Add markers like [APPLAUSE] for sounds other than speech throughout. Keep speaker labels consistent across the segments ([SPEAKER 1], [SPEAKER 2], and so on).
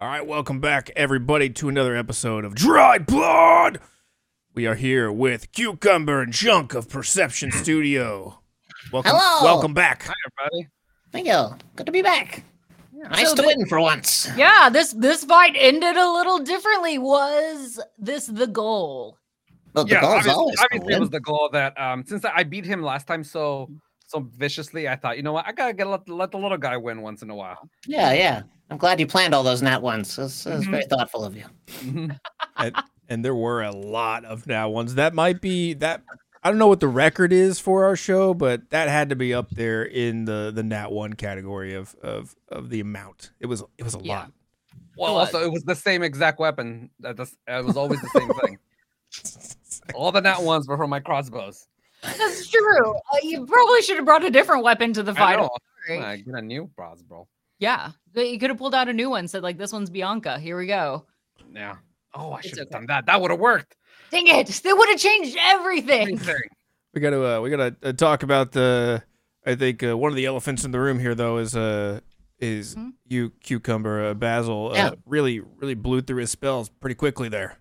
[SPEAKER 1] All right, welcome back, everybody, to another episode of Dried Blood. We are here with Cucumber and Junk of [CLEARS THROAT] Perception Studio. Welcome,
[SPEAKER 2] Hello.
[SPEAKER 1] welcome back.
[SPEAKER 3] everybody.
[SPEAKER 2] Thank you. Good to be back. nice
[SPEAKER 4] so
[SPEAKER 2] to
[SPEAKER 4] the-
[SPEAKER 2] win for once.
[SPEAKER 4] Yeah, this this fight ended a little differently. Was this the goal?
[SPEAKER 2] Well, the
[SPEAKER 3] yeah,
[SPEAKER 2] goal is
[SPEAKER 3] obviously,
[SPEAKER 2] always to
[SPEAKER 3] obviously it
[SPEAKER 2] win.
[SPEAKER 3] was the goal that um since I beat him last time so so viciously, I thought, you know what, I gotta get let, let the little guy win once in a while.
[SPEAKER 2] Yeah, yeah. I'm glad you planned all those not ones. That's
[SPEAKER 4] Mm-hmm.
[SPEAKER 2] that's very thoughtful of you.
[SPEAKER 3] Mhm.
[SPEAKER 1] and there were a lot of now ones. That might be that I don't know what the record is for our show, but that had to be up there in the the nat one category of of of the amount. It was it was a
[SPEAKER 4] Yeah.
[SPEAKER 1] lot.
[SPEAKER 3] well, also it was the same exact weapon. That this, it was always the same thing. All the nat ones were from my crossbows.
[SPEAKER 4] That's true. Uh, you probably should have brought a different weapon to the
[SPEAKER 3] I
[SPEAKER 4] fight.
[SPEAKER 3] know.
[SPEAKER 4] Sorry.
[SPEAKER 3] I get a new crossbow.
[SPEAKER 4] Yeah, But you could have pulled out a new one. Said like, "This one's Bianca. Here we go."
[SPEAKER 3] Yeah. Oh, I
[SPEAKER 4] It's
[SPEAKER 3] should have
[SPEAKER 4] okay.
[SPEAKER 3] done that. That would have worked.
[SPEAKER 4] Dang it! They would have changed everything.
[SPEAKER 3] Anything.
[SPEAKER 1] We gotta uh, we gotta uh, talk about the. I think uh, one of the elephants in the room here though is uh is
[SPEAKER 4] Mhm.
[SPEAKER 1] you cucumber uh, Basil uh,
[SPEAKER 2] Yeah.
[SPEAKER 1] really really blew through his spells pretty quickly there.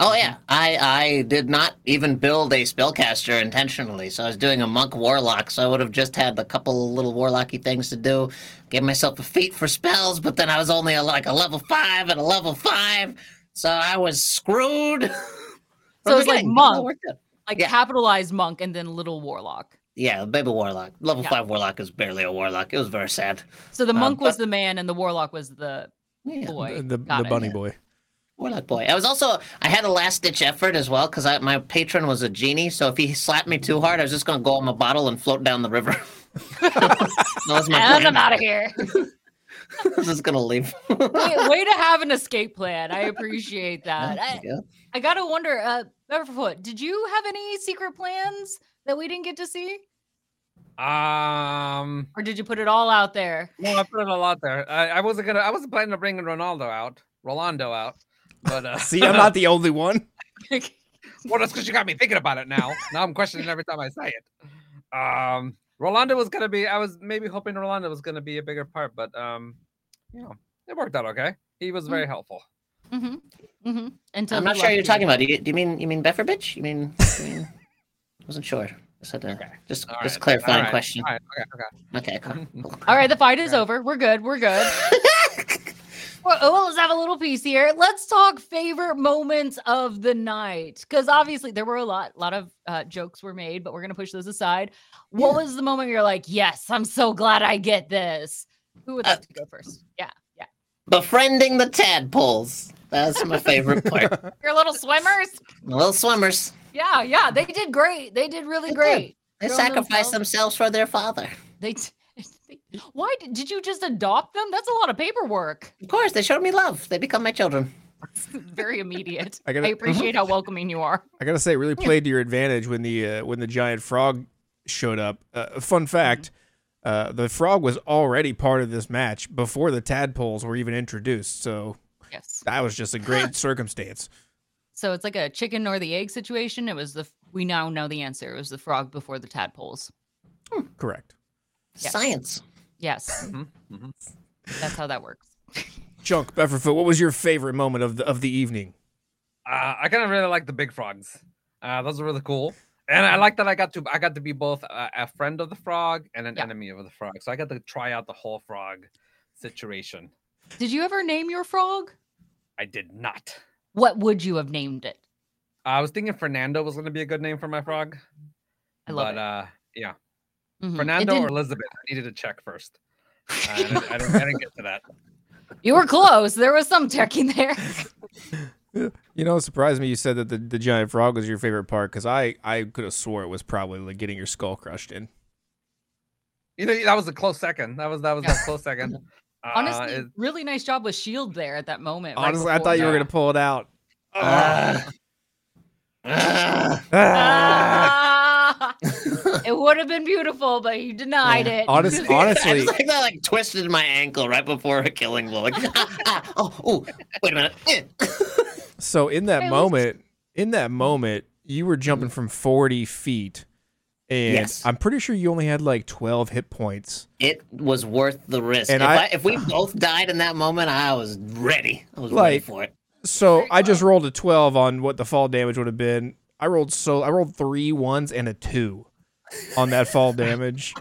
[SPEAKER 2] Oh yeah,
[SPEAKER 4] Mm-hmm.
[SPEAKER 2] I I did not even build a spellcaster intentionally, so I was doing a monk warlock. So I would have just had a couple little warlocky things to do, gave myself a feat for spells, but then I was only a, like a level five and a level five, so I was screwed. [LAUGHS]
[SPEAKER 4] So it's like monk.
[SPEAKER 2] monk.
[SPEAKER 4] Like
[SPEAKER 2] Yeah.
[SPEAKER 4] capitalized monk and then little warlock.
[SPEAKER 2] Yeah, baby warlock. Level
[SPEAKER 4] Yeah.
[SPEAKER 2] five warlock is barely a warlock. It was very sad.
[SPEAKER 4] So the
[SPEAKER 2] Um,
[SPEAKER 4] monk was
[SPEAKER 2] but-
[SPEAKER 4] the man and the warlock was the
[SPEAKER 2] Yeah.
[SPEAKER 4] boy.
[SPEAKER 1] the the,
[SPEAKER 4] Got
[SPEAKER 1] the
[SPEAKER 4] it.
[SPEAKER 1] bunny
[SPEAKER 4] [LAUGHS]
[SPEAKER 1] boy.
[SPEAKER 2] Warlock boy. I was also I had a last ditch effort as well because my patron was a genie. So if he slapped me too hard, I was just gonna go in my bottle and float down the river. [LAUGHS] that was my
[SPEAKER 4] And I'm
[SPEAKER 2] plan.
[SPEAKER 4] out of here.
[SPEAKER 2] [LAUGHS] I was just gonna leave.
[SPEAKER 4] way, way to have an escape plan. I appreciate that. I,
[SPEAKER 2] Yeah.
[SPEAKER 4] I gotta wonder, uh, Beverfoot, did you have any secret plans that we didn't get to see,
[SPEAKER 3] Um
[SPEAKER 4] or did you put it all out [LAUGHS] there?
[SPEAKER 3] No, I put it a lot there. I, I wasn't gonna. I wasn't planning to bring Ronaldo out, Rolando out. But uh,
[SPEAKER 1] See, I'm not the only one.
[SPEAKER 4] Mm-hmm.
[SPEAKER 3] well, that's because you got me thinking about it now. Now I'm questioning every time I say it. Um, Rolando was gonna be. I was maybe hoping Rolando was gonna be a bigger part, but um, you know, it worked out okay. He was
[SPEAKER 4] Mm.
[SPEAKER 3] very helpful.
[SPEAKER 4] hmm hmm Until
[SPEAKER 2] I'm
[SPEAKER 4] he
[SPEAKER 2] not sure you're
[SPEAKER 4] left you.
[SPEAKER 2] talking about. Do you, do you mean you mean Beffer bitch? You mean? You mean wasn't sure. Just had to,
[SPEAKER 3] Okay.
[SPEAKER 2] just
[SPEAKER 3] All
[SPEAKER 2] just
[SPEAKER 3] right,
[SPEAKER 2] clarifying
[SPEAKER 3] all right,
[SPEAKER 2] question.
[SPEAKER 3] All right, okay,
[SPEAKER 2] Okay. Cool.
[SPEAKER 3] okay. [LAUGHS]
[SPEAKER 4] All right, the fight is
[SPEAKER 3] Right.
[SPEAKER 4] over. We're good.
[SPEAKER 2] [LAUGHS]
[SPEAKER 4] We're good. well, well, let's have a little piece here. Let's talk favorite moments of the night, because obviously there were a lot, lot of uh, jokes were made, but we're gonna push those aside. What was the moment you're like, "Yes, I'm so glad I get this"? Who would
[SPEAKER 2] Uh,
[SPEAKER 4] like to go first? Yeah, yeah.
[SPEAKER 2] Befriending the tadpoles. That's my
[SPEAKER 3] [LAUGHS]
[SPEAKER 2] favorite part.
[SPEAKER 4] Your little swimmers.
[SPEAKER 2] The little swimmers.
[SPEAKER 4] Yeah, yeah, they did great. They did really
[SPEAKER 2] They did.
[SPEAKER 4] great.
[SPEAKER 2] They
[SPEAKER 4] Grown
[SPEAKER 2] sacrificed themselves for their father.
[SPEAKER 4] They. T- they- [LAUGHS] why did, did you just adopt them? That's a lot of paperwork.
[SPEAKER 2] Of course, they showed me love. They become my children.
[SPEAKER 4] Very [LAUGHS] immediate.
[SPEAKER 1] I
[SPEAKER 4] I,
[SPEAKER 1] gotta-
[SPEAKER 4] appreciate how welcoming you are.
[SPEAKER 1] I gotta say, it really played to your advantage when the uh, when the giant frog showed up. Uh, fun fact:
[SPEAKER 4] Mm-hmm.
[SPEAKER 1] uh, the frog was already part of this match before the tadpoles were even introduced. So
[SPEAKER 4] Yes.
[SPEAKER 1] that was just a
[SPEAKER 4] [LAUGHS]
[SPEAKER 1] great circumstance.
[SPEAKER 4] So it's like a chicken or the egg situation. It was the f- we now know the answer. It was the frog before the tadpoles.
[SPEAKER 1] Correct.
[SPEAKER 4] Yes.
[SPEAKER 2] Science.
[SPEAKER 4] Yes,
[SPEAKER 3] Mhm.
[SPEAKER 4] that's how that works.
[SPEAKER 1] Junk Befferfoot, what was your favorite moment of the of the evening?
[SPEAKER 3] Uh, I kind of really like the big frogs. Uh, those are really cool, and I like that I got to I got to be both a, a friend of the frog and an
[SPEAKER 4] Yeah.
[SPEAKER 3] enemy of the frog. So I got to try out the whole frog situation.
[SPEAKER 4] Did you ever name your frog?
[SPEAKER 3] I did not. Uh,
[SPEAKER 4] What would you have named it?
[SPEAKER 3] I was thinking Fernando was going to be a good name for my frog.
[SPEAKER 4] I love
[SPEAKER 3] but, uh, yeah,
[SPEAKER 4] it. Mhm. It
[SPEAKER 3] Fernando or
[SPEAKER 4] didn't-
[SPEAKER 3] Elizabeth. I needed to check [LAUGHS] first. Uh, I, didn't, I, didn't, I didn't get to that.
[SPEAKER 4] you were close. There was some tech in there.
[SPEAKER 1] You know, it surprised me you said that the, the giant frog was your favorite part because I, I could have swore it was probably like getting your skull crushed in.
[SPEAKER 3] You know, that was a close second. That was that was a close [LAUGHS] second. Uh,
[SPEAKER 4] Honestly,
[SPEAKER 3] it-
[SPEAKER 4] really nice job with Shield there at that moment. right
[SPEAKER 1] Honestly, I
[SPEAKER 4] before-
[SPEAKER 1] thought you were
[SPEAKER 3] yeah.
[SPEAKER 1] going to pull it out.
[SPEAKER 2] Ah. [LAUGHS] Ah.
[SPEAKER 4] [LAUGHS] Ah! it would have been beautiful, but you denied
[SPEAKER 2] Yeah.
[SPEAKER 4] it.
[SPEAKER 1] [LAUGHS]
[SPEAKER 4] [LAUGHS]
[SPEAKER 1] Honest-
[SPEAKER 2] I
[SPEAKER 1] honestly,
[SPEAKER 2] just like, I, like twisted my ankle right before a killing blow. Like, [LAUGHS] ah, ah, oh, oh, wait a minute. Eh.
[SPEAKER 1] So in that
[SPEAKER 4] I was-
[SPEAKER 1] moment, in that moment, you were jumping from forty feet, and
[SPEAKER 2] Yes.
[SPEAKER 1] I'm pretty sure you only had like 12 hit points.
[SPEAKER 2] It was worth the risk.
[SPEAKER 1] And
[SPEAKER 2] if,
[SPEAKER 1] I-
[SPEAKER 2] I, if we both died in that moment, I was ready. I was ready
[SPEAKER 1] Like-
[SPEAKER 2] for it.
[SPEAKER 1] So I just rolled a 12 on what the fall damage would have been. I rolled so I rolled three ones and a two on that fall damage.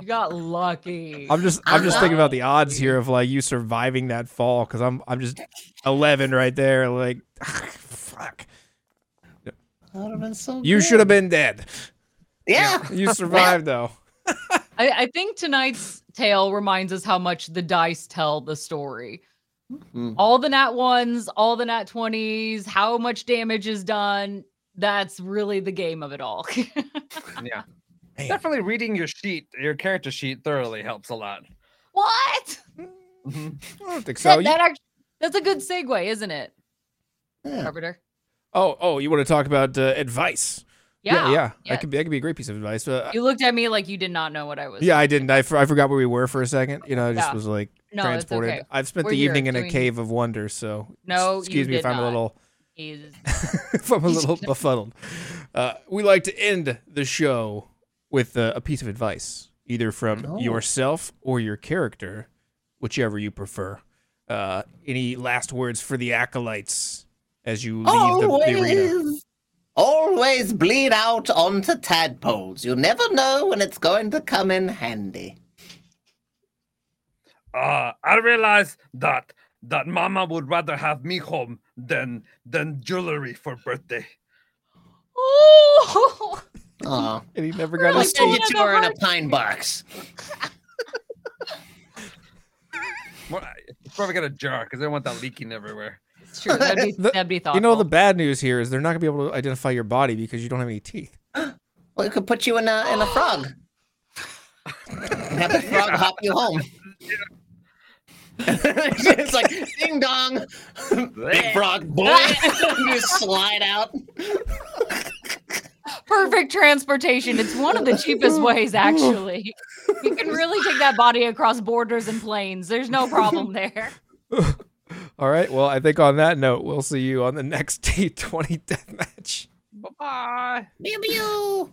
[SPEAKER 4] You got lucky.
[SPEAKER 1] I'm just I'm just thinking about the odds here of like you surviving that fall because I'm I'm just 11 right there. Like [SIGHS] fuck,
[SPEAKER 2] That would have been so.
[SPEAKER 1] you
[SPEAKER 2] good.
[SPEAKER 1] should have been dead.
[SPEAKER 2] Yeah.
[SPEAKER 4] [LAUGHS]
[SPEAKER 1] You survived though.
[SPEAKER 4] I, I think tonight's tale reminds us how much the dice tell the story.
[SPEAKER 1] Hmm.
[SPEAKER 2] Mhm.
[SPEAKER 4] All the nat ones, all the nat 20s, how much damage is done. That's really the game of it all. [LAUGHS]
[SPEAKER 3] Yeah.
[SPEAKER 1] Man.
[SPEAKER 3] Definitely reading your sheet, your character sheet, thoroughly helps a lot.
[SPEAKER 4] what?
[SPEAKER 3] Mm-hmm.
[SPEAKER 1] I don't think so.
[SPEAKER 4] That,
[SPEAKER 1] You-
[SPEAKER 4] that act- that's a good segue, isn't it,
[SPEAKER 2] Yeah.
[SPEAKER 4] Carpenter?
[SPEAKER 1] oh oh, you want to talk about uh, advice?
[SPEAKER 4] Yeah.
[SPEAKER 1] yeah. yeah.
[SPEAKER 4] yeah.
[SPEAKER 1] That could be that could be a great piece of advice. Uh,
[SPEAKER 4] You looked at me like you did not know what I was. [LAUGHS]
[SPEAKER 1] yeah, I didn't. I, for- I forgot where we were for a second. You know, I just
[SPEAKER 4] Yeah.
[SPEAKER 1] was like
[SPEAKER 4] No, it's
[SPEAKER 1] transported.
[SPEAKER 4] okay.
[SPEAKER 1] I've spent
[SPEAKER 4] We're
[SPEAKER 1] the
[SPEAKER 4] here
[SPEAKER 1] evening in a
[SPEAKER 4] doing-
[SPEAKER 1] cave of wonder, so
[SPEAKER 4] No, you
[SPEAKER 1] excuse me if
[SPEAKER 4] did
[SPEAKER 1] I'm a
[SPEAKER 4] not.
[SPEAKER 1] little
[SPEAKER 4] He's-
[SPEAKER 1] [LAUGHS] if I'm a
[SPEAKER 2] [LAUGHS]
[SPEAKER 1] little befuddled. Uh, we like to end the show with uh, a piece of advice, either from
[SPEAKER 2] Oh.
[SPEAKER 1] yourself or your character, whichever you prefer. Uh, any last words for the acolytes as you leave
[SPEAKER 2] Oh,
[SPEAKER 1] the, the arena?
[SPEAKER 2] Always, always bleed out onto tadpoles. You never know when it's going to come in handy.
[SPEAKER 3] Uh, I realize that that Mama would rather have me home than than jewelry for birthday.
[SPEAKER 4] [LAUGHS] Oh,
[SPEAKER 2] Oh,
[SPEAKER 1] And he never
[SPEAKER 4] Really?
[SPEAKER 1] got
[SPEAKER 2] I
[SPEAKER 1] a
[SPEAKER 4] Just
[SPEAKER 2] send you
[SPEAKER 4] one
[SPEAKER 2] two
[SPEAKER 4] of
[SPEAKER 2] are in a
[SPEAKER 4] us.
[SPEAKER 2] pine box.
[SPEAKER 3] Well, I- It's probably got a jar because they want that leaking everywhere.
[SPEAKER 4] it's true. That'd be,
[SPEAKER 1] [LAUGHS] The-
[SPEAKER 4] that'd be thoughtful.
[SPEAKER 1] You know the bad news here is they're not gonna be able to identify your body because you don't have any teeth.
[SPEAKER 2] Well, we could put you in a in a frog. And have the frog hop you home. [LAUGHS] it's like ding dong, big frog, boy. [LAUGHS] you just slide out.
[SPEAKER 4] perfect transportation. It's one of the
[SPEAKER 1] [LAUGHS]
[SPEAKER 4] cheapest ways, actually. You can really take that body across borders and planes. There's no problem there.
[SPEAKER 1] All right. Well, I think on that note, [LAUGHS] we'll see you on the next T20 deathmatch.
[SPEAKER 3] Bye bye.
[SPEAKER 2] Pew pew.